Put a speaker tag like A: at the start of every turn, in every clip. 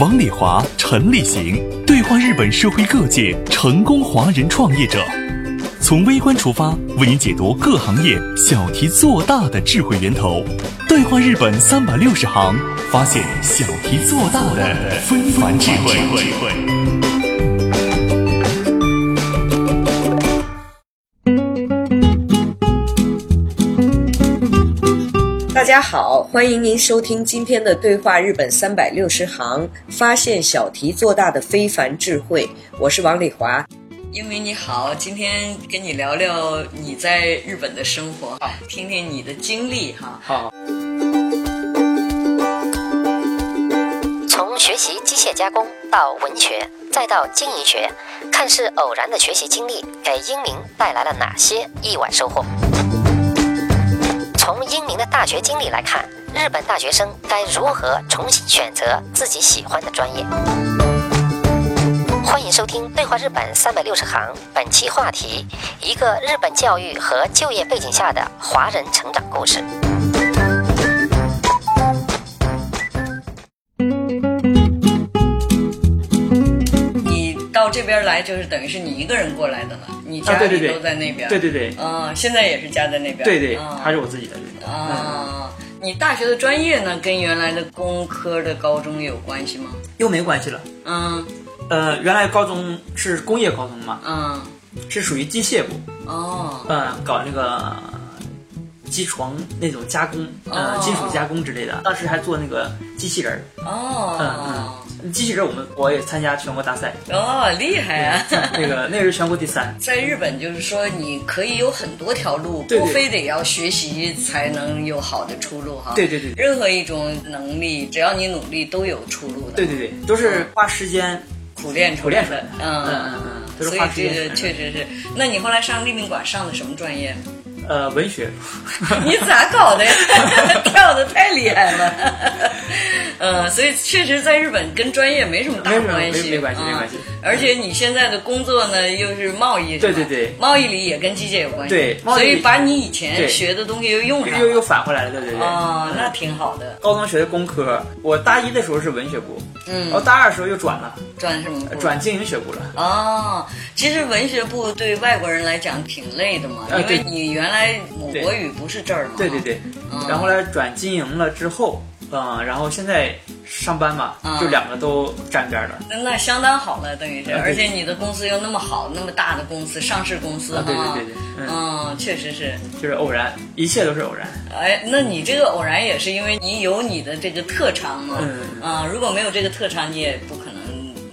A: 王礼华、陈立行对话日本社会各界成功华人创业者，从微观出发，为您解读各行业小题做大的智慧源头。对话日本三百六十行，发现小题做大的非凡智慧。
B: 大家好，欢迎您收听今天的《对话日本三百六十行》，发现小题做大的非凡智慧。我是王丽华。英明你好，今天跟你聊聊你在日本的生活，听听你的经历哈。
C: 好，
D: 从学习机械加工到文学，再到经营学，看似偶然的学习经历，给英明带来了哪些意外收获？从英明的大学经历来看，日本大学生该如何重新选择自己喜欢的专业？欢迎收听《对话日本三百六十行》，本期话题：一个日本教育和就业背景下的华人成长故事。
B: 你到这边来就是等于是你一个人过来的了，你家
C: 啊对对
B: 里
C: 对
B: 都在那边。
C: 对对对，
B: 嗯，现在也是家在那边。
C: 对对，
B: 嗯
C: 他是我自己的人。嗯，
B: 啊。你大学的专业呢，跟原来的工科的高中有关系吗？
C: 又没关系了。
B: 嗯
C: 呃，原来高中是工业高中嘛，
B: 嗯
C: 是属于机械部，
B: 哦
C: 呃，搞那个机床那种加工，呃，
B: 哦
C: 金属加工之类的。当时还做那个机器人儿，
B: 哦
C: 机器人儿我们我也参加全国大赛，
B: 哦，厉害啊！
C: 那个那个是全国第三。
B: 在日本，就是说你可以有很多条路，
C: 对对
B: 不非得要学习才能有好的出路哈。
C: 对对对对
B: 任何一种能力，只要你努力，都有出路的。
C: 对对对，都是花时间。
B: 苦练出
C: 苦练出
B: 来
C: 来
B: 的
C: 的。
B: 嗯
C: 嗯嗯嗯都是
B: 所以
C: 花时
B: 这
C: 间
B: 个
C: 出来
B: 确
C: 的
B: 实是。那你后来上立命馆上的什么专业？
C: 呃，文学，
B: 你咋搞的呀？ 跳的太厉害了。 嗯，所以确实在日本跟专业没什么大
C: 没有没有
B: 关系，
C: 没没关系没关系
B: 嗯而且你现在的工作呢，又是贸易，是吧
C: 对对对
B: 贸易里也跟机械有关系，
C: 对贸易
B: 所以把你以前
C: 对
B: 学的东西又用上
C: 又
B: 了
C: 又。返回来了，对对对。
B: 哦，那挺好的。
C: 高中学的工科，我大一的时候是文学部，
B: 嗯哦
C: 然后大二的时候又转了，
B: 转什么部？
C: 哦转经营学部了。
B: 哦，其实文学部对外国人来讲挺累的嘛，
C: 啊
B: 因为
C: 对
B: 你原来母国语不是这儿嘛。
C: 对对。对
B: 嗯，
C: 然后来转经营了之后，嗯，然后现在上班嘛
B: 嗯，
C: 就两个都沾边了。
B: 那那相当好了，等于是，
C: 啊对
B: 而且你的公司又那么好，那么大的公司，上市公司哈、
C: 啊对对对对嗯
B: 嗯，确实是。
C: 就是偶然，一切都是偶然。
B: 哎，那你这个偶然也是因为你有你的这个特长嘛？
C: 嗯
B: 啊，如果没有这个特长，你也不可能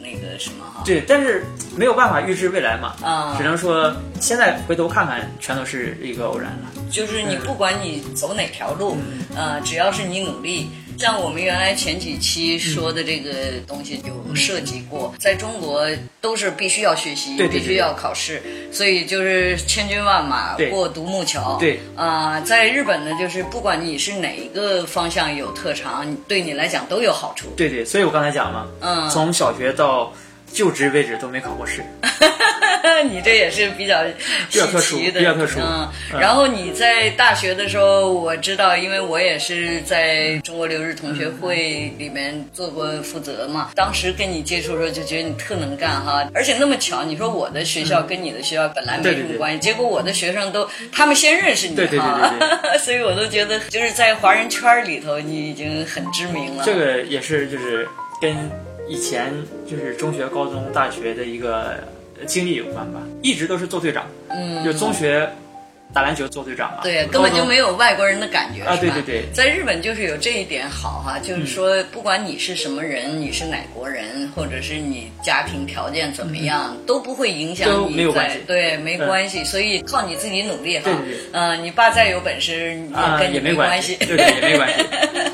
B: 那个什么哈。
C: 对，但是没有办法预知未来嘛，
B: 啊
C: 只能说现在回头看看，全都是一个偶然了。
B: 就是你不管你走哪条路，
C: 嗯
B: 呃，只要是你努力。像我们原来前几期说的这个东西有涉及过，在中国都是必须要学习，
C: 嗯对对对
B: 必须要考试，所以就是千军万马
C: 对
B: 过独木桥。
C: 对
B: 啊、在日本呢，就是不管你是哪一个方向有特长，对你来讲都有好处。
C: 对对，所以我刚才讲嘛，
B: 嗯
C: 从小学到就职为止都没考过试。
B: 你这也是比较
C: 比较特殊
B: 稀奇的，
C: 比较特殊
B: 嗯，
C: 嗯
B: 然后你在大学的时候，我知道，因为我也是在中国留日同学会里面做过负责嘛。当时跟你接触的时候，就觉得你特能干哈，而且那么巧，你说我的学校跟你的学校本来没
C: 嗯对
B: 什
C: 对
B: 么
C: 对
B: 关系，结果我的学生都他们先认识你
C: 对对对
B: 哈
C: 对，
B: 所以我都觉得就是在华人圈儿里头，你已经很知名了。
C: 这个也是就是跟以前就是中学、高中、大学的一个经历有关吧，一直都是做队长，
B: 嗯，
C: 就中学打篮球做队长嘛，
B: 对，根本就没
C: 有
B: 有外国人的感觉
C: 啊
B: 是吧
C: 对对对嗯
B: 在日本就是有这一点好哈、就是说不管你是什么人，你是哪国人，或者是你家庭条件怎么样，都不会影响
C: 嗯都
B: 你
C: 没有
B: 在
C: 关系嗯
B: 对没关系，所以靠你自己努力哈。
C: 对对对
B: 呃，你爸再有本事，
C: 啊
B: 跟你
C: 也没
B: 关
C: 关
B: 系。
C: 对对也没关系，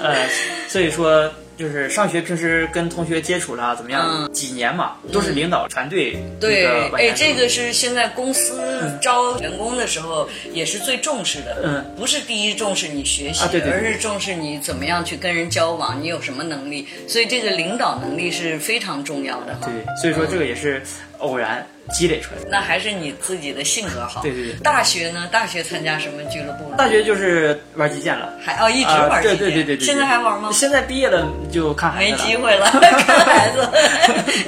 C: 呃，所以说就是上学平时跟同学接触啦，怎么样？
B: 嗯
C: 几年嘛，都是领导团队一
B: 对
C: 个，
B: 哎，
C: 完
B: 这
C: 成
B: 个是现在公司招员工的时候也是最重视的，
C: 嗯，
B: 不是第一重视你学习，
C: 啊对对对
B: 而是重视你怎么样去跟人交往，你有什么能力，所以这个领导能力是非常重要的。
C: 对，所以说这个也是偶然积累出来的。
B: 那还是你自己的性格好。
C: 对对对
B: 大学呢？大学参加什么俱乐部呢？
C: 大学就是玩击剑了，
B: 还哦，一直
C: 啊、
B: 玩、
C: 对对对对对，
B: 现在还玩吗？
C: 现在毕业了就看孩
B: 没
C: 子了。
B: 机 会了，看孩子。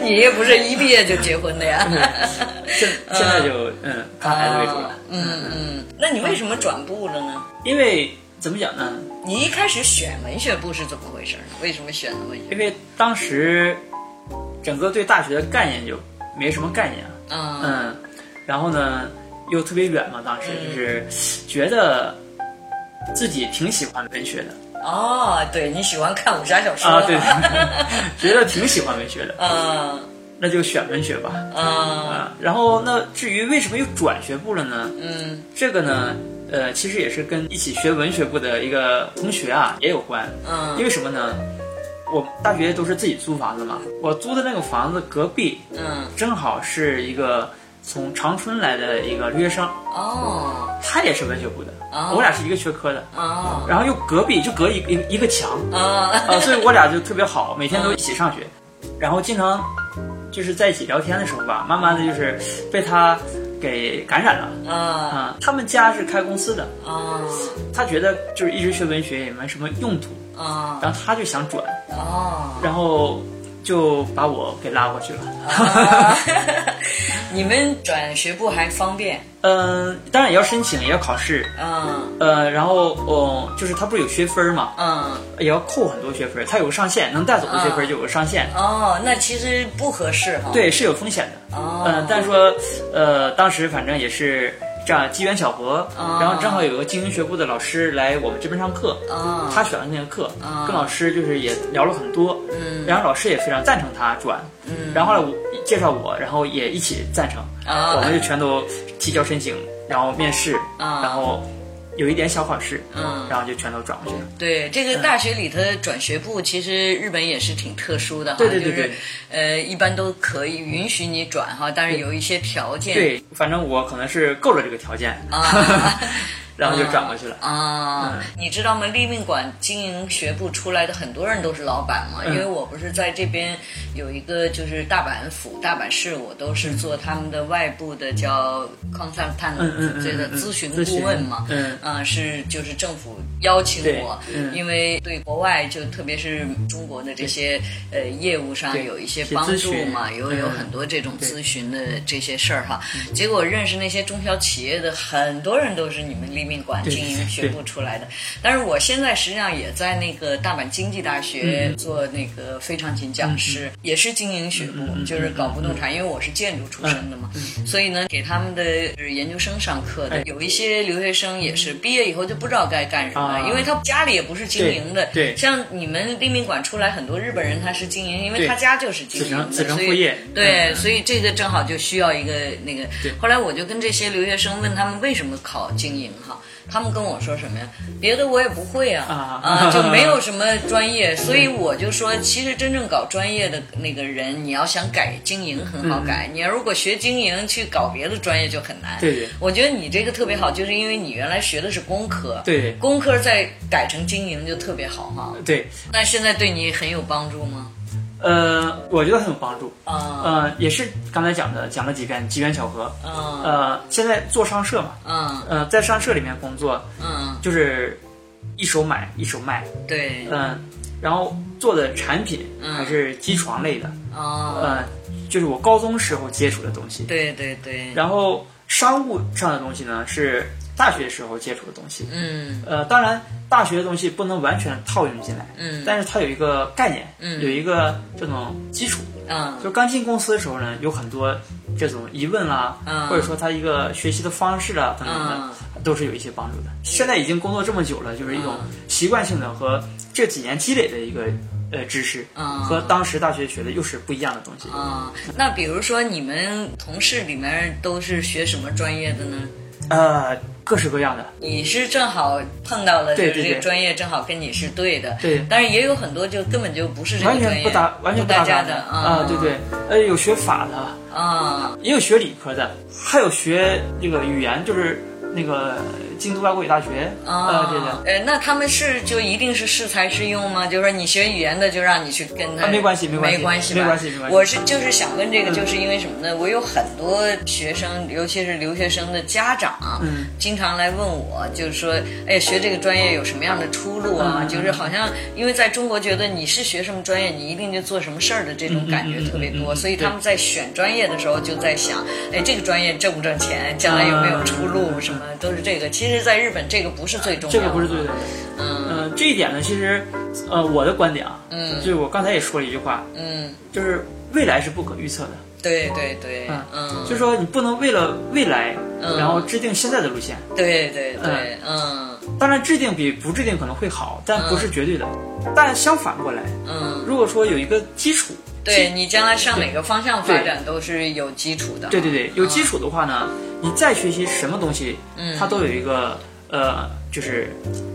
B: 你也不是一毕业就结婚的呀。
C: 现现在就嗯 看孩子为主了。
B: 嗯嗯，那你为什么转部了呢？
C: 因为怎么讲呢？
B: 你一开始选文学部是怎么回事呢？为什么选的文学？
C: 因为当时整个对大学的概念就没什么概念，
B: 嗯
C: 嗯，然后呢又特别远嘛，当时就是觉得自己挺喜欢文学的
B: 哦，对你喜欢看武侠小说
C: 啊，对， 觉得挺喜欢文学的，
B: 嗯
C: 那就选文学吧，
B: 嗯
C: 啊，然后那至于为什么又转学部了呢？
B: 嗯
C: 这个呢，呃，其实也是跟一起学文学部的一个同学啊也有关，
B: 嗯
C: 因为什么呢？我大学都是自己租房子嘛，我租的那个房子隔壁
B: 嗯，
C: 正好是一个从长春来的一个留学生，
B: 哦
C: 他也是文学部的，
B: 哦
C: 我俩是一个学科的，
B: 哦
C: 然后又隔壁就隔一一一个 墙
B: 啊
C: 啊、所以我俩就特别好，每天都一起上学，然后经常就是在一起聊天的时候吧，慢慢的就是被他给感染了
B: 啊
C: 啊、他们家是开公司的，
B: 啊
C: 他觉得就是一直学文学也没什么用途，
B: 啊
C: 然后他就想转，
B: 哦。
C: 然后就把我给拉过去了。
B: 你们转学部还方便？
C: 嗯、当然也要申请，也要考试。
B: 嗯
C: 呃，然后哦，就是他不是有学分嘛，
B: 嗯
C: 也要扣很多学分，他有个上限，能带走的学分就有个上限。
B: 哦，那其实不合适哈。
C: 对，是有风险的。
B: 哦，
C: 嗯、但说，呃，当时反正也是这样机缘巧合，
B: 哦
C: 然后正好有个经营学部的老师来我们这边上课，
B: 哦
C: 他选了那个课，
B: 哦
C: 跟老师就是也聊了很多，
B: 嗯
C: 然后老师也非常赞成他转，
B: 嗯
C: 然后后来我介绍我，然后也一起赞成，
B: 哦
C: 我们就全都提交申请，然后面试，
B: 哦
C: 然后有一点小考试，
B: 嗯
C: 然后就全都转过去了。
B: 对，这个大学里头的转学部，其实日本也是挺特殊的哈，
C: 对对对
B: 就是
C: 对
B: 呃，一般都可以允许你转哈，但是有一些条件。
C: 对，反正我可能是够了这个条件，
B: 啊
C: 然后就转过去了。嗯
B: 啊，你知道吗？立命馆经营学部出来的很多人都是老板嘛，
C: 嗯
B: 因为我不是在这边有一个就是大阪府、大阪市，我都是做他们的外部的叫 consultant，
C: 嗯嗯嗯
B: 这个
C: 嗯嗯
B: 咨询
C: 咨询
B: 顾问嘛，
C: 嗯
B: 啊，是就是政府邀请
C: 对
B: 我，
C: 嗯
B: 因为对国外就特别是中国的这些呃业务上
C: 对
B: 有一些
C: 一些
B: 帮
C: 咨
B: 助
C: 询
B: 嘛，有有
C: 嗯
B: 很多这种
C: 对嗯
B: 咨询的这些事儿哈。结果认识那些中小企业的很多人都是你们立命馆
C: 对
B: 经营学部出来的，但是我现在实际上也在那个大阪经济大
C: 嗯
B: 学做那个非常勤讲师，也是经营学部，
C: 嗯嗯嗯
B: 就是搞不动产，因为我是建筑出身的嘛，所以呢，给他们的就是研究生上课的
C: 哎
B: 有一些留学生也是毕业以后就不知道该干什么，
C: 啊
B: 因为他家里也不是经营的，
C: 对对
B: 像你们立命馆出来很多日本人他是经营，因为
C: 对
B: 他家就是经营的，
C: 子承子承
B: 所以
C: 父业
B: 对，
C: 嗯
B: 所以这个正好就需要一个那个
C: 对。
B: 后来我就跟这些留学生问他们为什么考经营哈，他们跟我说什么呀？别的我也不会啊，啊
C: 啊嗯
B: 就没有什么专业，所以我就说，其实真正搞专业的那个人，你要想改经营很好改，你要如果学经营去搞别的专业就很难。
C: 对嗯对
B: 我觉得你这个特别好，就是因为你原来学的是工科，
C: 对
B: 工科再改成经营就特别好哈。
C: 对，
B: 那现在对你很有帮助吗？
C: 呃，我觉得很有帮助。
B: 啊
C: 呃，也是刚才讲的，讲了几遍机缘巧合。
B: 啊
C: 呃，现在做商社嘛，
B: 嗯
C: 呃，在商社里面工作，
B: 嗯，
C: 就是一手买一手卖，
B: 对，
C: 嗯、然后做的产品
B: 嗯
C: 还是机床类的，
B: 啊，
C: 嗯、就是我高中时候接触的东西。
B: 对对对，
C: 然后商务上的东西呢，是大学时候接触的东西。
B: 嗯
C: 呃，当然大学的东西不能完全套用进来，
B: 嗯
C: 但是它有一个概念，
B: 嗯
C: 有一个这种基础。
B: 嗯
C: 就刚进公司的时候呢，有很多这种疑问啦，
B: 嗯
C: 或者说他一个学习的方式啦等等的，都是有一些帮助的。现在已经工作这么久了，就是一种
B: 嗯
C: 习惯性的和这几年积累的一个呃知识，
B: 嗯
C: 和当时大学学的又是不一样的东西。
B: 啊，那比如说你们同事里面都是学什么专业的呢？
C: 呃，各式各样的，
B: 你是正好碰到了，就是
C: 对对
B: 这个
C: 对
B: 专业正好跟你是对的，
C: 对
B: 但是也有很多就根本就不是这
C: 完
B: 个
C: 全
B: 专
C: 不
B: 业，
C: 搭，完全
B: 不搭
C: 嘎
B: 家
C: 的
B: 的嗯
C: 啊、对对，呃，有学法的，
B: 啊，
C: 也有学理科的，还有学那个语言，就是那个京都外国语大学，
B: 啊
C: 呃，对的，
B: 呃，那他们是就一定是适才适用吗？就是说你学语言的，就让你去跟他、
C: 啊没关系没关系
B: 关系吧，
C: 没关系没关系
B: 我是就是想问这个，
C: 嗯
B: 就是因为什么呢？我有很多学生，尤其是留学生的家长，
C: 嗯，
B: 经常来问我，就是说，哎，学这个专业有什么样的出路啊？
C: 嗯
B: 就是好像因为在中国觉得你是学什么专业，你一定就做什么事儿的这种感觉
C: 嗯嗯嗯
B: 特别
C: 嗯
B: 多，
C: 嗯
B: 所以
C: 对
B: 他们在选专业的时候就在想，哎，这个专业挣不挣钱，将来有没有出路，
C: 嗯
B: 什么都是这个。其实，在日本这个不是最重要的，
C: 这个不是对的，
B: 嗯
C: 嗯、这一点呢，其实，呃，我的观点啊，
B: 嗯
C: 就是我刚才也说了一句话，
B: 嗯，
C: 就是未来是不可预测的，
B: 对对对，
C: 嗯
B: 嗯，
C: 就是说你不能为了未来，
B: 嗯
C: 然后制定现在的路线。
B: 对对对，嗯
C: 当然，制定比不制定可能会好，但不是绝对的。但相反过来，
B: 嗯，
C: 如果说有一个基础，
B: 对
C: 基，
B: 你将来上哪个方向发展都是有基础的，
C: 对对对，有基础的话呢，你再学习什么东西，
B: 嗯
C: 它都有一个呃，就是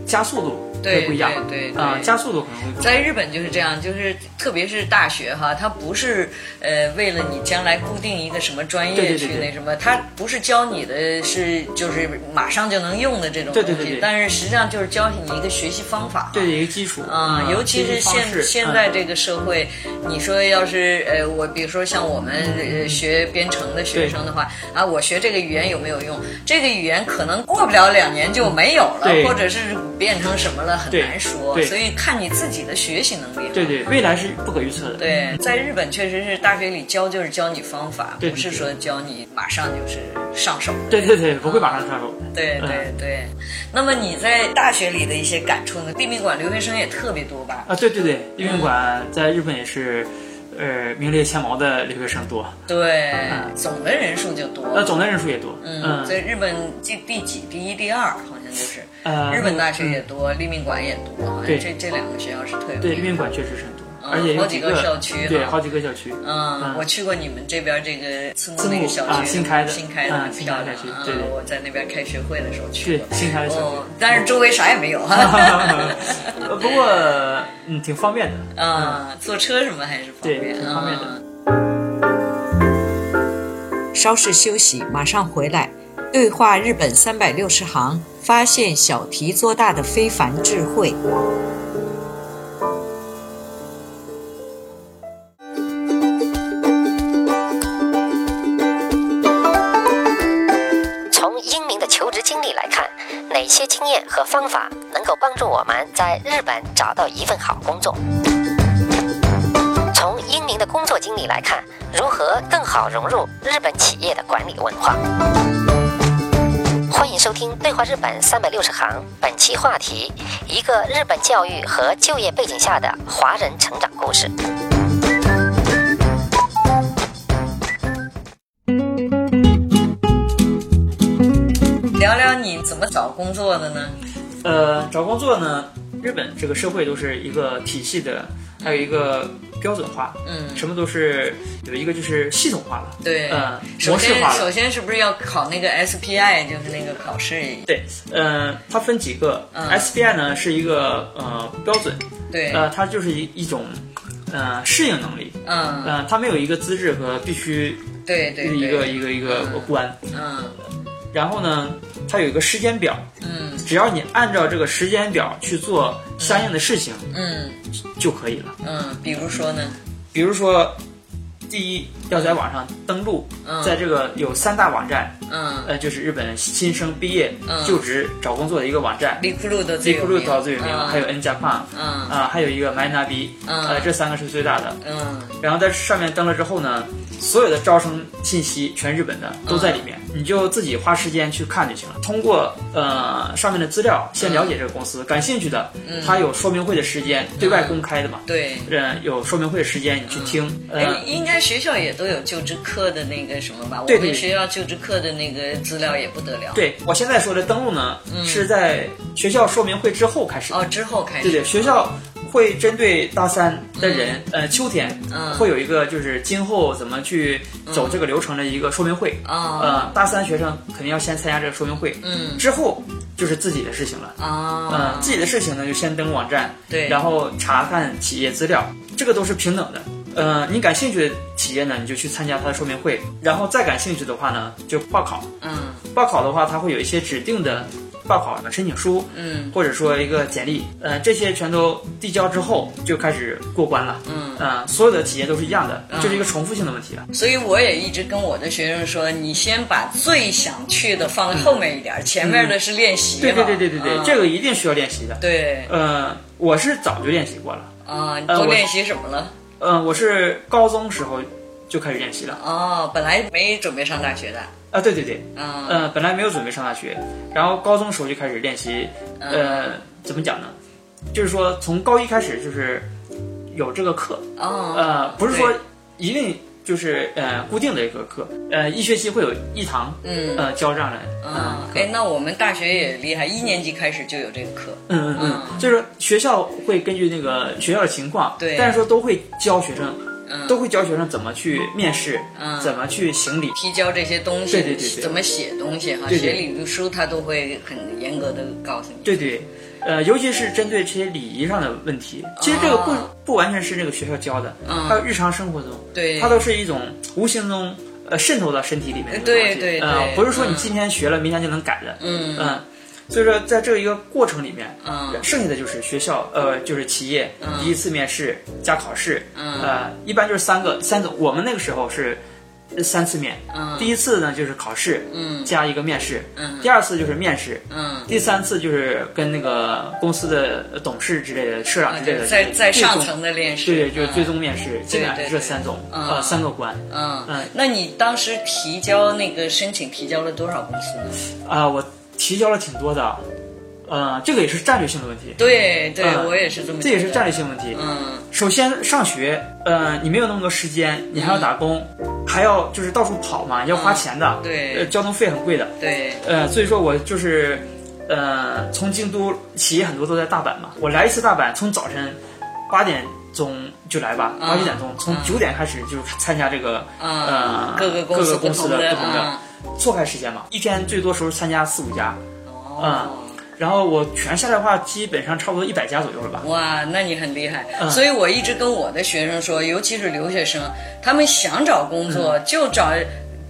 C: 加速度
B: 对
C: 会不一样
B: 对对对
C: 啊、加速度可能会不一样。
B: 在日本就是这样，就是特别是大学哈，它不是呃为了你将来固定一个什么专
C: 对
B: 业
C: 对
B: 去
C: 对对
B: 那什么，它不是教你的是就是马上就能用的这种东西，
C: 对对对对
B: 但是实际上就是教你一个学习方法。
C: 对一个基础
B: 啊、尤其是现现
C: 嗯
B: 在这个社会，你说要是呃，我比如说像我们呃学编程的学生的话，啊，我学这个语言有没有用？这个语言可能过不了两年就没有了，
C: 对
B: 或者是变成什么了，很
C: 对
B: 难说。
C: 对
B: 所以看你自己的学习能力了。
C: 对对，未来是不可预测的。
B: 对，在日本确实是大学里教就是教你方法，
C: 对
B: 不是
C: 对对
B: 说教你马上就是上手。
C: 对对对，不会马上上手。
B: 对
C: 嗯
B: 对对。那么你在大学里的一些感触呢？殡仪馆留学生也特别多吧？
C: 啊，对对对，殡
B: 嗯
C: 仪馆在日本也是，呃，名列前茅的留学生多，
B: 对，
C: 嗯
B: 总的人数就多。
C: 那总的人数也多。
B: 嗯，在日本第第几？第一、第二，好像就是。
C: 呃嗯
B: 日本大学也多，立命馆也多，好像
C: 对
B: 这这两个学校是特有
C: 对，
B: 名
C: 殡仪馆确实是很多，
B: 嗯
C: 而且有
B: 好几
C: 几
B: 个校区
C: 对，
B: 哈
C: 好几个校区。
B: 嗯，
C: 嗯
B: 我去过你们这边这个村
C: 字
B: 那个
C: 幕
B: 小
C: 啊
B: 区，
C: 新开的
B: 新开的，
C: 啊
B: 很
C: 新
B: 漂
C: 开的
B: 亮
C: 小区
B: 啊
C: 对对
B: 我在那边开学会的时候去
C: 是
B: 过。
C: 新开的校嗯区。
B: 哦，但是周围啥也没有 哈。
C: 呃不过嗯，挺方便的。
B: 啊，坐车什么还是方
C: 对
B: 便，
C: 挺方便的
B: 嗯稍事休息，马上回来。对话日本三百六十行，发现小题做大的非凡智慧。
D: 从英明的求职经历来看，哪些经验和方法能够帮助我们在日本找到一份好工作？从英明的工作经历来看，如何更好融入日本企业的管理文化？欢迎收听《对话日本三百六十行》，本期话题：一个日本教育和就业背景下的华人成长故事。
B: 聊聊你怎么找工作的呢？
C: 呃，找工作呢，日本这个社会都是一个体系的，还有一个标准化，
B: 嗯，
C: 什么都是有一个就是系统化了，
B: 对，
C: 呃，
B: 首
C: 模式
B: 先
C: 化
B: 首
C: 了。
B: 先是不是要考那个 SPI，就是那个考试？
C: 对，呃，它分几个、
B: 嗯
C: s b i 呢是一个呃标准，
B: 对，
C: 呃，它就是一一种呃适应能力，
B: 嗯，
C: 呃，它没有一个资质和必须
B: 对对对，
C: 一个一个一个
B: 嗯
C: 关。
B: 嗯
C: 然后呢，它有一个时间表，
B: 嗯
C: 只要你按照这个时间表去做相应的事情
B: 嗯
C: 就可以了。
B: 嗯，比如说呢？
C: 比如说，第一要在网上登录，
B: 嗯
C: 在这个有三大网站，
B: 嗯，
C: 呃，就是日本新生毕业
B: 嗯、
C: 就职、找工作的一个网站。
B: 离库路的
C: 最
B: 最有
C: r
B: 名，
C: 到最有名，还有 N 加 p a n
B: 嗯
C: 啊，还有一个 MyNabi，
B: 嗯
C: 呃，这三个是最大的。
B: 嗯
C: 然后在上面登了之后呢，所有的招生信息，全日本的都在里面，
B: 嗯
C: 你就自己花时间去看就行了。通过呃上面的资料，先了解这个公
B: 嗯
C: 司，感兴趣的，它有说明会的时间，对外公开的嘛，
B: 对。
C: 嗯，有说明会的时间你去听，
B: 哎
C: 呃，，
B: 应该学校也都有就职课的那个什么吧？
C: 对
B: 我们
C: 对
B: 学校就职课的那个资料也不得了。，
C: 对我现在说的登录呢，是在学校说明会之后开始的，
B: 嗯哦，之后开始。
C: 对对，学校会针对大三的人，呃，秋天、
B: 嗯
C: 会有一个就是今后怎么去走这个流程的一个说明会。
B: 哦
C: 呃，大三学生肯定要先参加这个说明会，
B: 嗯
C: 之后就是自己的事情了。
B: 啊
C: 嗯，，自己的事情呢，就先登录网站，
B: 对
C: 然后查看企业资料，这个都是平等的。呃，你感兴趣的企业呢，你就去参加它的说明会，然后再感兴趣的话呢，就报考。
B: 嗯
C: 报考的话，它会有一些指定的报考的申请书，
B: 嗯
C: 或者说一个简历，呃，这些全都递交之后就开始过关了。
B: 嗯
C: 呃，所有的企业都是一样的，
B: 嗯
C: 就是一个重复性的问题了。
B: 所以我也一直跟我的学生说，你先把最想去的放后面一点，前面的是练习
C: 对
B: 嘛。
C: 对对对对对，
B: 嗯
C: 这个一定需要练习的。
B: 对
C: 呃，我是早就练习过了，
B: 啊，你
C: 呃
B: 都
C: 我
B: 练习什么了？
C: 呃，我是高中时候就开始练习了。
B: 哦，本来没准备上大学的，
C: 啊，对对对，
B: 嗯
C: 呃，本来没有准备上大学，然后高中时候就开始练习，
B: 嗯
C: 呃，怎么讲呢？就是说从高一开始就是有这个课，
B: 哦，
C: 呃，不是说
B: 对
C: 一定就是呃固定的一个课，呃，一学期会有一堂，
B: 嗯
C: 呃，教这样的，呃
B: 嗯，
C: 课
B: 哎，那我们大学也厉害，一年级开始就有这个课，
C: 嗯嗯
B: 嗯
C: 嗯，就是学校会根据那个学校的情况，
B: 对
C: 但是说都会教学生，
B: 嗯，
C: 都会教学生怎么去面试，
B: 嗯
C: 怎么去行礼，
B: 提交这些东西，
C: 对对对对
B: 怎么写东西哈，
C: 对
B: 写
C: 对
B: 理论书他都会很严格的告诉你。
C: 对对，呃，尤其是针对这些礼仪上的问题，其实这个不、
B: 哦
C: 不完全是这个学校教的，
B: 嗯
C: 还有日常生活中，
B: 对
C: 它都是一种无形中呃渗透到身体里面的东西，
B: 对对
C: 呃
B: 对，
C: 不是说你
B: 嗯
C: 今天学了，明天就能改的，
B: 嗯
C: 所以说在这一个过程里面，
B: 嗯
C: 剩下的就是学校呃就是企业
B: 嗯
C: 第一次面试加考试，
B: 嗯
C: 呃，一般就是三个三种，我们那个时候是。三次面，
B: 嗯
C: 第一次呢就是考试，
B: 嗯
C: 加一个面试，
B: 嗯
C: 第二次就是面试，
B: 嗯
C: 第三次就是跟那个公司的董事之类的、社长之类的，
B: 嗯在在上层
C: 的
B: 的练习，
C: 对，就是
B: 嗯
C: 最终面试，基本上
B: 对
C: 是
B: 对
C: 这三种
B: 嗯
C: 呃三个关
B: 嗯
C: 嗯，
B: 那你当时提交那个申请提交了多少公司呢？
C: 啊，我提交了挺多的，呃，这个也是战略性的问题，
B: 对对，
C: 嗯
B: 我也是这么觉得。
C: 这也是战略性问题。
B: 嗯
C: 首先上学，呃，你没有那么多时间，你
B: 嗯
C: 还要打工，还要就是到处跑嘛，要花钱的，
B: 对
C: 呃，交通费很贵的，
B: 对，
C: 呃，所以说我就是，呃，从京都企业很多都在大阪嘛，我来一次大阪，从早晨八点钟就来吧，
B: 嗯
C: 八九点钟，从
B: 嗯
C: 九点开始就是参加这个、
B: 嗯
C: 呃
B: 各个
C: 各
B: 司
C: 个
B: 不
C: 公司
B: 同
C: 的
B: 的
C: 不同的
B: 嗯
C: 错开时间嘛，一天最多时候参加四五家，嗯
B: 哦。
C: 然后我全下来的话，基本上差不多一百家左右了吧。
B: 哇，那你很厉害，
C: 嗯
B: 所以我一直跟我的学生说，尤其是留学生，他们想找工作、就找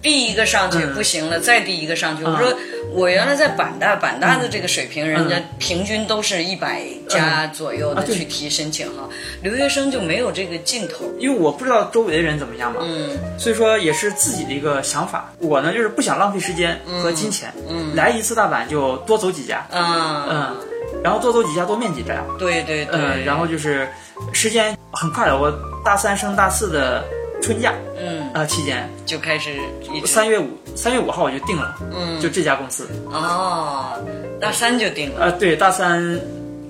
B: 第一个上去
C: 嗯
B: 不行了，再第一个上去。我
C: 嗯
B: 说我原来在板大，板大的这个水平，人家平均都是一百家左右的
C: 啊对
B: 去提申请哈，留学生就没有这个劲头。
C: 因为我不知道周围的人怎么样嘛，
B: 嗯
C: 所以说也是自己的一个想法。我呢就是不想浪费时间和金钱，
B: 嗯
C: 来一次大阪就多走几家，
B: 啊，
C: 嗯，然后多走几家多面几家，
B: 对对对，
C: 嗯，然后就是时间很快的，我大三升大四的春假
B: 嗯
C: 呃期间，
B: 就开始一直
C: 三月五三月五号我就定了，
B: 嗯
C: 就这家公司。
B: 哦，大三就定了
C: 呃，对，大三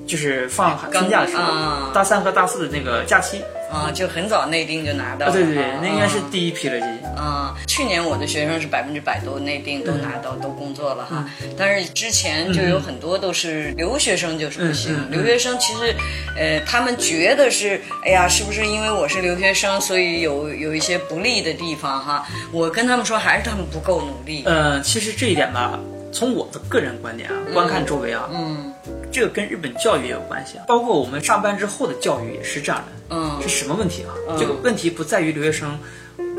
C: 就是放寒
B: 哎刚
C: 春假的时候，
B: 啊
C: 大三和大四的那个假期
B: 啊，就很早内定就拿到
C: 啊，
B: 了，
C: 对对对
B: 啊，
C: 那应该是
B: 啊
C: 第一批了，已经。
B: 嗯，去年我的学生是百分之百都内定，都拿到，都工作了哈。
C: 嗯
B: 但是之前就有很多都是留学生，就是不行。
C: 嗯嗯嗯
B: 留学生其实，呃，他们觉得是，哎呀，是不是因为我是留学生，所以有有一些不利的地方哈？我跟他们说，还是他们不够努力。
C: 呃，其实这一点吧，从我的个人观点啊，观看周围啊，
B: 嗯
C: 这个跟日本教育也有关系啊，包括我们上班之后的教育也是这样的。
B: 嗯
C: 是什么问题啊？这个问题不在于留学生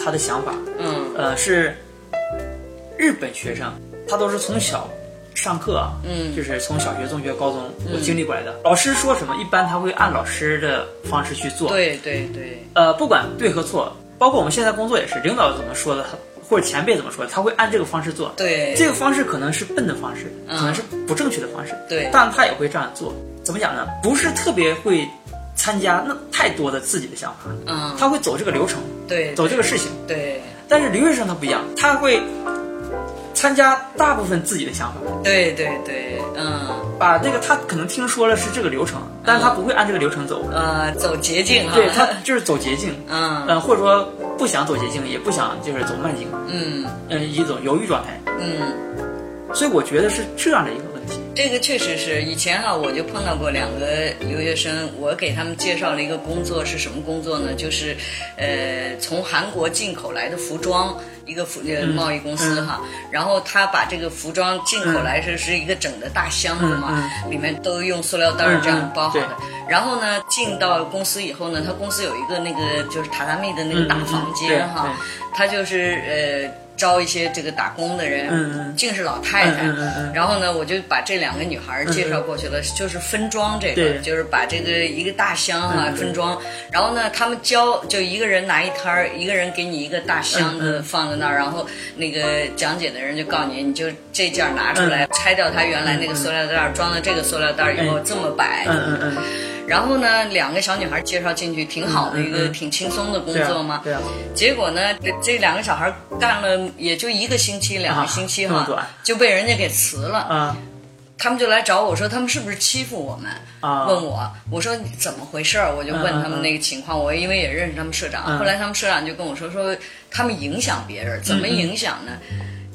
C: 他的想法，
B: 嗯
C: 呃，是日本学生，他都是从小上课啊，
B: 嗯
C: 就是从小学、中学、高中我经历过来的。老师说什么，一般他会按老师的方式去做，，
B: 对对对，
C: 呃，不管对和错，包括我们现在工作也是，领导怎么说的，他或者前辈怎么说的，他会按这个方式做，
B: 对
C: 这个方式可能是笨的方式，
B: 嗯
C: 可能是不正确的方式，
B: 对
C: 但他也会这样做。怎么讲呢？不是特别会参加那太多的自己的想法，
B: 嗯
C: 他会走这个流程，
B: 对
C: 走这个事情。
B: 对
C: 但是留学生他不一样，他会参加大部分自己的想法，
B: 对对对，嗯
C: 把那个他可能听说了是这个流程，但是他不会按这个流程走，
B: 呃，走捷径哈。
C: 对他就是走捷径，
B: 嗯
C: 呃，或者说不想走捷径，也不想就是走慢径，
B: 嗯
C: 嗯、一种犹豫状态。
B: 嗯
C: 所以我觉得是这样的一个问题。
B: 这个确实是以前哈、我就碰到过两个留学生，我给他们介绍了一个工作是什么工作呢？就是，呃，从韩国进口来的服装，一个服呃贸易公司
C: 嗯
B: 哈，然后他把这个服装进口来是是一个整的大箱子
C: 嗯
B: 嘛，里面都用塑料袋儿这样包好的
C: 嗯嗯。
B: 然后呢，进到公司以后呢，他公司有一个那个就是榻榻米的那个大房间哈，
C: 嗯嗯
B: 他就是呃。招一些这个打工的人，
C: 嗯嗯
B: 竟是老太太，
C: 嗯嗯嗯嗯
B: 然后呢，我就把这两个女孩儿介绍过去了，就是分装这个，
C: 嗯对
B: 就是把这个一个大箱啊、
C: 嗯
B: 分装，然后呢，他们教就一个人拿一摊儿，一个人给你一个大箱
C: 嗯
B: 子放在那儿，然后那个讲解的人就告诉你，你就这件儿拿出来，拆掉它原来那个塑料袋儿，装到这个塑料袋儿以后
C: 嗯
B: 这么摆，
C: 嗯嗯嗯，
B: 然后呢，两个小女孩介绍进去，挺好的
C: 嗯嗯
B: 一个
C: 嗯
B: 挺轻松的工
C: 对
B: 作
C: 啊
B: 嘛，
C: 对啊，
B: 结果呢，这这两个小孩干了也就一个星期、两个
C: 啊
B: 星期
C: 这么
B: 哈
C: 短，
B: 就被人家给辞了。
C: 啊
B: 他们就来找我说，他们是不是欺负我们？
C: 啊，
B: 问我，我说你怎么回事儿？我就问他们那个情况，我因为也认识他们社长。
C: 嗯
B: 后来他们社长就跟我说，说他们影响别人，怎么影响呢？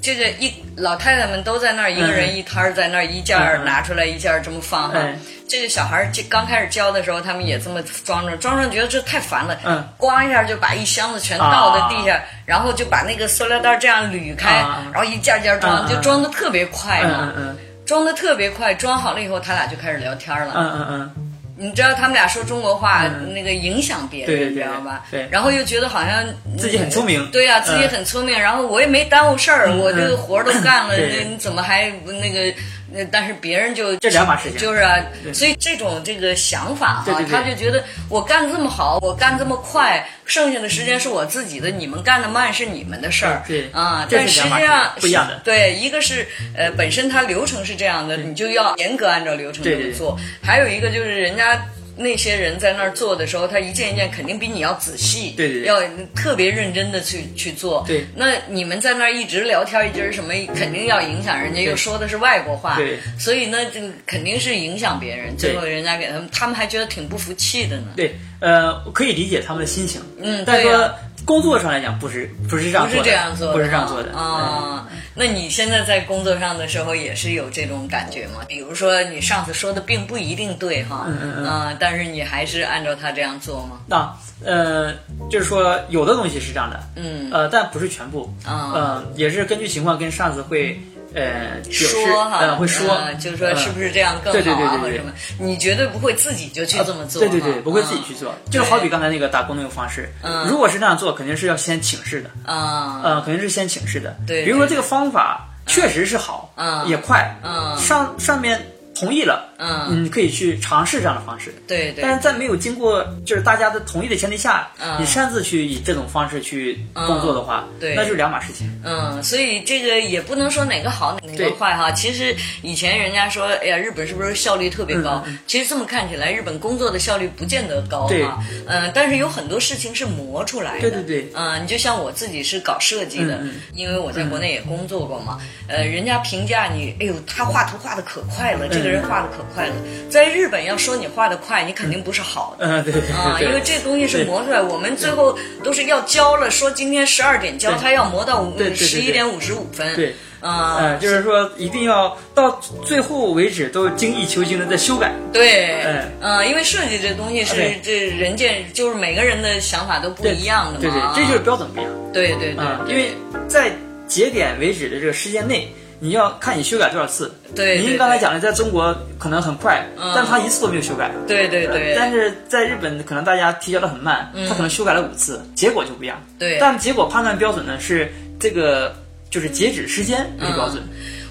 B: 这个一老太太们都在那儿，一个人一摊儿在那儿，一件儿
C: 嗯嗯
B: 拿出来，一件儿这么放哈
C: 哎。
B: 这个小孩儿这刚开始教的时候，他们也这么装着，装上觉得这太烦了，
C: 嗯
B: 咣一下就把一箱子全倒在地下，然后就把那个塑料袋儿这样捋开，
C: 啊
B: 然后一件儿一件儿装，
C: 嗯嗯
B: 就装的特别快
C: 嗯
B: 嘛，
C: 嗯嗯
B: 装的特别快，装好了以后，他俩就开始聊天儿了。
C: 嗯嗯嗯，
B: 你知道他们俩说中国话，
C: 嗯
B: 那个影响别
C: 对对
B: 人，
C: 对
B: 你知道吧？
C: 对
B: 然后又觉得好像
C: 自己很聪明
B: 对呀、啊
C: 嗯
B: 自己很聪明。然后我也没耽误事儿，我这个活儿都干了，
C: 对
B: 你怎么还不那个？那但是别人就
C: 这两码事情
B: 就是啊，
C: 对
B: 所以这种这个想法
C: 对
B: 哈
C: 对，对
B: 他就觉得我干得这么好，我干得这么快，剩下的时间是我自己的，你们干得慢是你们的事儿，
C: 对
B: 啊。
C: 这
B: 但
C: 是
B: 实
C: 两码
B: 际
C: 事
B: 上
C: 不一样的
B: 对，一个是呃本身它流程是这样的，你就要严格按照流程
C: 对
B: 去
C: 对对
B: 做。还有一个就是人家。那些人在那儿做的时候，他一件一件肯定比你要仔细，
C: 对对对
B: 要特别认真的去去做。
C: 对
B: 那你们在那儿一直聊天，一直什么，肯定要影响人家，
C: 对
B: 又说的是外国话，
C: 对
B: 所以呢，这个肯定是影响别人。
C: 对
B: 最后人家给他们，他们还觉得挺不服气的呢。
C: 对，呃，我可以理解他们的心情，
B: 嗯
C: 但
B: 对呀
C: 说工作上来讲，不是不是这样
B: 不是
C: 做
B: 这
C: 的
B: 样做的，，
C: 不是这样做的嗯
B: 啊、那你现在在工作上的时候也是有这种感觉吗？比如说你上次说的并不一定对哈，嗯
C: 嗯嗯
B: 但是你还是按照他这样做吗？
C: 那呃，就是说有的东西是这样的，
B: 嗯
C: 呃，但不是全部，
B: 啊
C: 呃，也是根据情况跟上司会呃解释，
B: 说哈，
C: 呃，会说，
B: 呃就是说是不
C: 是？
B: 是这样更
C: 对对
B: 好啊，
C: 对对
B: 或者
C: 对啊
B: 什么？你绝对不会自己就去这么做
C: 对
B: 哈，嗯
C: 对对，不会自己去做，就好比
B: 对
C: 刚才那个打工那个方式，
B: 嗯
C: 如果是那样做，肯定是要先请示的，
B: 啊、
C: 呃，肯定是先请示的。
B: 对
C: 比如说这个方法确实是好，
B: 嗯
C: 也快，
B: 嗯
C: 上上面同意了，
B: 嗯
C: 你可以去尝试这样的方式。
B: 对对
C: 但是在没有经过就是大家的同意的前提下，
B: 嗯
C: 你擅自去以这种方式去工作的话，
B: 对
C: 那就是两码事情。
B: 嗯，所以这个也不能说哪个好哪个
C: 对
B: 坏哈。其实以前人家说，哎呀，日本是不是效率特别高？
C: 嗯
B: 其实这么看起来，日本工作的效率不见得高
C: 对
B: 哈。嗯、但是有很多事情是磨出来的。
C: 对对对
B: 嗯、你就像我自己是搞设计的，
C: 嗯嗯嗯
B: 因为我在国内也工作过嘛。呃，人家评价你，哎呦，他画图画的可快了，这个
C: 嗯
B: 人画的可快了。在日本要说你画的快，你肯定不是好的。
C: 嗯，对对对
B: 啊，因为这东西是磨出来，我们最后都是要交了，说今天十二点交，
C: 对
B: 它要磨到
C: 对对对
B: 十一
C: 对
B: 点五十五分。
C: 对，
B: 啊，
C: 呃，就是说一定要到最后为止都精益求精的在修改。
B: 对
C: 哎，
B: 嗯，因为设计这东西是
C: 对
B: 这人见，就是每个人的想法都不
C: 对
B: 一样的
C: 对对
B: 嘛，，
C: 这就是标准不一样
B: 对对
C: 啊，
B: 对，
C: 因为在节点为止的这个时间内。你要看你修改多少次。
B: 对对
C: 您刚才讲的，在中国可能很快，
B: 嗯
C: 但他一次都没有修改。
B: 对对对，嗯
C: 但是在日本，可能大家提交的很慢，他可能修改了五次，结果就不一样。
B: 对
C: 但结果判断标准呢是这个就是截止时间为标准。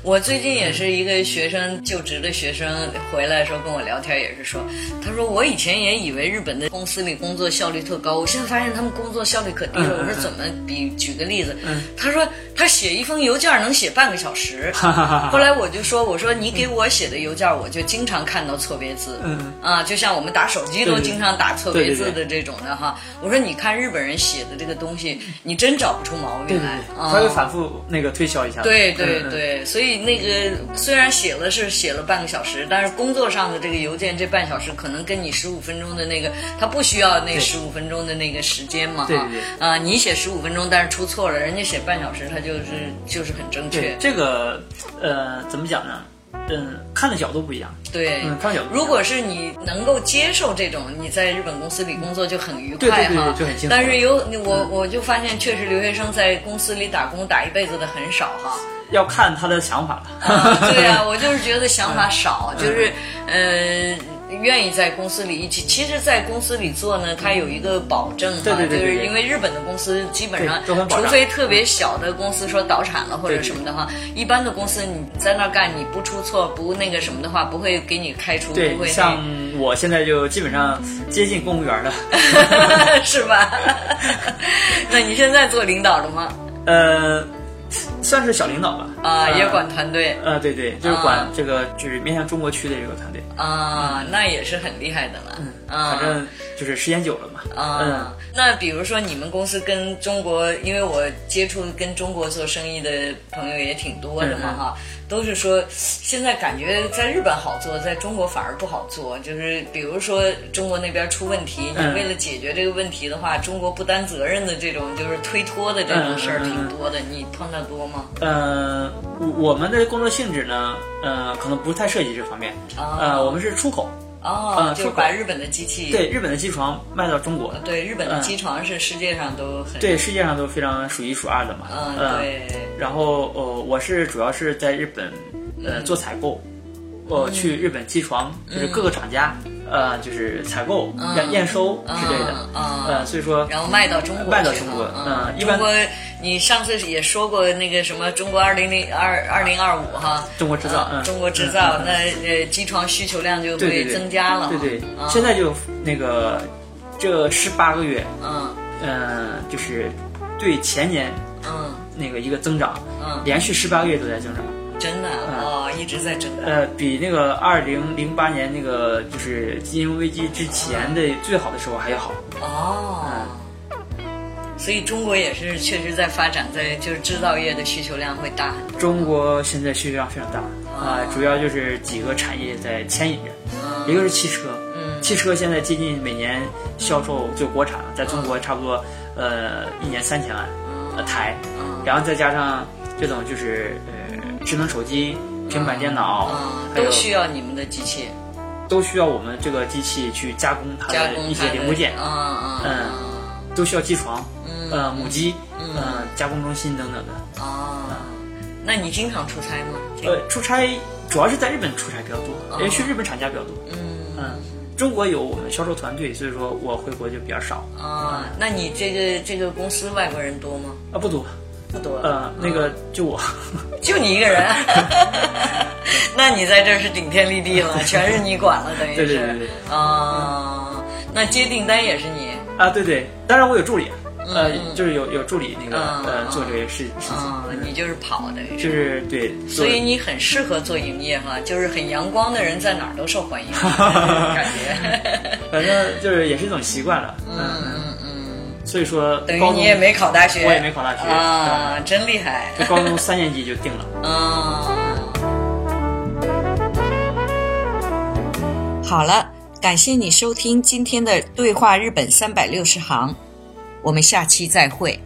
B: 我最近也是一个学生就职的学生回来的时候跟我聊天，也是说，他说我以前也以为日本的公司里工作效率特高，我现在发现他们工作效率可低了。
C: 嗯嗯嗯
B: 我说怎么比？举个例子，
C: 嗯
B: 他说他写一封邮件能写半个小时。
C: 哈哈哈哈
B: 后来我就说，我说你给我写的邮件，我就经常看到错别字，
C: 嗯
B: 啊，就像我们打手机都
C: 对对
B: 经常打错别字
C: 对
B: 的这种的哈。我说你看日本人写的这个东西，你真找不出毛病
C: 对对
B: 来，
C: 对，
B: 啊
C: 他会反复那个推销一下。
B: 对对
C: 嗯嗯
B: 对，所以那个虽然写了是写了半个小时，但是工作上的这个邮件这半小时可能跟你十五分钟的那个，他不需要那
C: 对
B: 十五分钟的那个时间嘛，
C: 对
B: 哈
C: 对对
B: 啊、你写十五分钟，但是出错了，人家写半小时，他就是就是很正确
C: 对，这个呃怎么讲呢？嗯，看的角度不一样。
B: 对，
C: 嗯，看的角度不一样。
B: 如果是你能够接受这种，你在日本公司里工作就很愉
C: 对
B: 快
C: 对对
B: 哈
C: 对，。就很幸福。嗯
B: 但是有我我就发现，确实留学生在公司里打工打一辈子的很少哈。
C: 要看他的想法了。
B: 啊对 啊，我就是觉得想法少，
C: 嗯
B: 就是嗯、呃愿意在公司里一起。其实，在公司里做呢，它有一个保证嘛，
C: 对对对对对
B: 就是因为日本的公司基本上
C: 对都很，保
B: 除
C: 障
B: 非特别小的公司说倒产了或者
C: 对对
B: 什么的话，一般的公司你在那儿干，你不出错不那个什么的话，不会给你开除，
C: 对
B: 不，会
C: 像我现在就基本上接近公务员 了。
B: 那 是吧？ 那你现在做领导了吗？
C: 呃，算是小领导吧。
B: 啊、
C: 呃
B: 也管。团队
C: 呃，对对，就是管
B: 啊
C: 这个，就是面向中国区的这个团队，
B: 啊、那也是很厉害的了。啊、
C: 嗯反正就是时间久了嘛。
B: 啊、
C: 嗯
B: 那比如说你们公司跟中国，因为我接触跟中国做生意的朋友也挺多的嘛
C: 嗯嗯
B: 哈，都是说现在感觉在日本好做，在中国反而不好做。就是比如说中国那边出问题，你
C: 嗯
B: 为了解决这个问题的话，中国不担责任的这种就是推脱的这种事儿
C: 嗯嗯嗯
B: 挺多的，你碰到多吗？
C: 嗯，呃，我我们的工作性质呢，呃，可能不太涉及这方面。
B: 啊
C: 呃，我们是出口，
B: 哦，
C: 嗯
B: 就是
C: 出口
B: 把日本的机器
C: 对日本的机床卖到中国，
B: 对日本的
C: 嗯
B: 机床是世界上都很
C: 对世界上都非常数一数二的嘛。
B: 嗯
C: 呃
B: 对
C: 然后呃，我是主要是在日本
B: 嗯
C: 呃做采购，呃去日本机床就是各个厂家呃就是采购
B: 嗯
C: 验验收之类的，
B: 嗯嗯
C: 呃所以说
B: 然后卖到中国去了，
C: 卖到中国
B: 嗯，
C: 嗯一
B: 中
C: 般
B: 国，你上次也说过那个什么中国二零零二二零二五哈，
C: 中国制造
B: 嗯
C: 嗯
B: 中国制造
C: 嗯嗯，
B: 那呃机床需求量就
C: 对对
B: 会
C: 对
B: 增加了哈，
C: 对对，
B: 嗯
C: 现在就那个这十八个月，
B: 嗯
C: 嗯、就是对前年
B: 嗯
C: 那个一个增长，
B: 嗯，
C: 连续十八个月都在增长，
B: 真的
C: 嗯
B: 哦，一直在增长，
C: 呃，比那个二零零八年那个就是金融危机之前的最好的时候还要好。
B: 哦。所以中国也是确实在发展，在就是制造业的需求量会大很多。
C: 中国现在需求量非常大啊、主要就是几个产业在牵引着，一个是汽车，
B: 嗯
C: 汽车现在接近每年销售就国产了，在中国差不多呃一年三千万呃台，
B: 嗯
C: 然后再加上这种就是呃智能手机、平板电脑，
B: 嗯，
C: 还有
B: 都需要你们的机器
C: 都需要我们这个机器去加工它
B: 加
C: 的
B: 工
C: 一
B: 它
C: 些
B: 的
C: 零部件，
B: 嗯嗯
C: 嗯都需要机床，
B: 嗯
C: 呃母机，
B: 嗯
C: 呃加工中心等等的。
B: 哦，那你经常出差吗？这个
C: 呃，出差主要是在日本出差比较多，因为去日本厂家比较多。
B: 啊嗯
C: 嗯，中国有我们销售团队，所以说我回国就比较少
B: 啊，那你这个这个公司外国人多吗？
C: 啊，不多。
B: 不多，
C: 呃，那
B: 啊
C: 个就我，
B: 就你一个人。啊
C: 嗯
B: 那你在这儿是顶天立地 了，全是你管了，等于是。
C: 对对对对
B: 啊，那接订单也是你。
C: 啊，对对，当然我有助理，呃
B: 嗯，
C: 就是有有助理那个
B: 嗯
C: 呃
B: 嗯
C: 做这个事事
B: 啊，你
C: 情，嗯
B: 就是跑等于。
C: 就是是对，
B: 所
C: 所
B: 以你很适合做营业哈，就是很阳光的人在哪儿都受 欢迎，感觉。
C: 反正就是也是一种习惯了，嗯，
B: 嗯嗯，
C: 所以说
B: 等于
C: 高中
B: 你也没考大学，
C: 我也没考大学嗯
B: 啊，真厉害。
C: 就高中三年级就定了。
B: 嗯，嗯好了，感谢你收听今天的《对话日本三百六十行》，我们下期再会。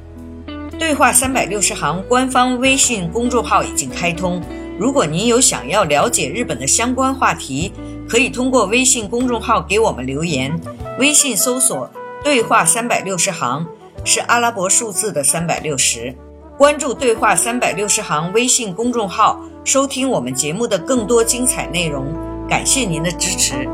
B: 《对话三百六十行》官方微信公众号已经开通，如果您有想要了解日本的相关话题，可以通过微信公众号给我们留言。微信搜索“对话三百六十行”是阿拉伯数字的三百六十。关注“对话三百六十行”微信公众号，收听我们节目的更多精彩内容。感谢您的支持。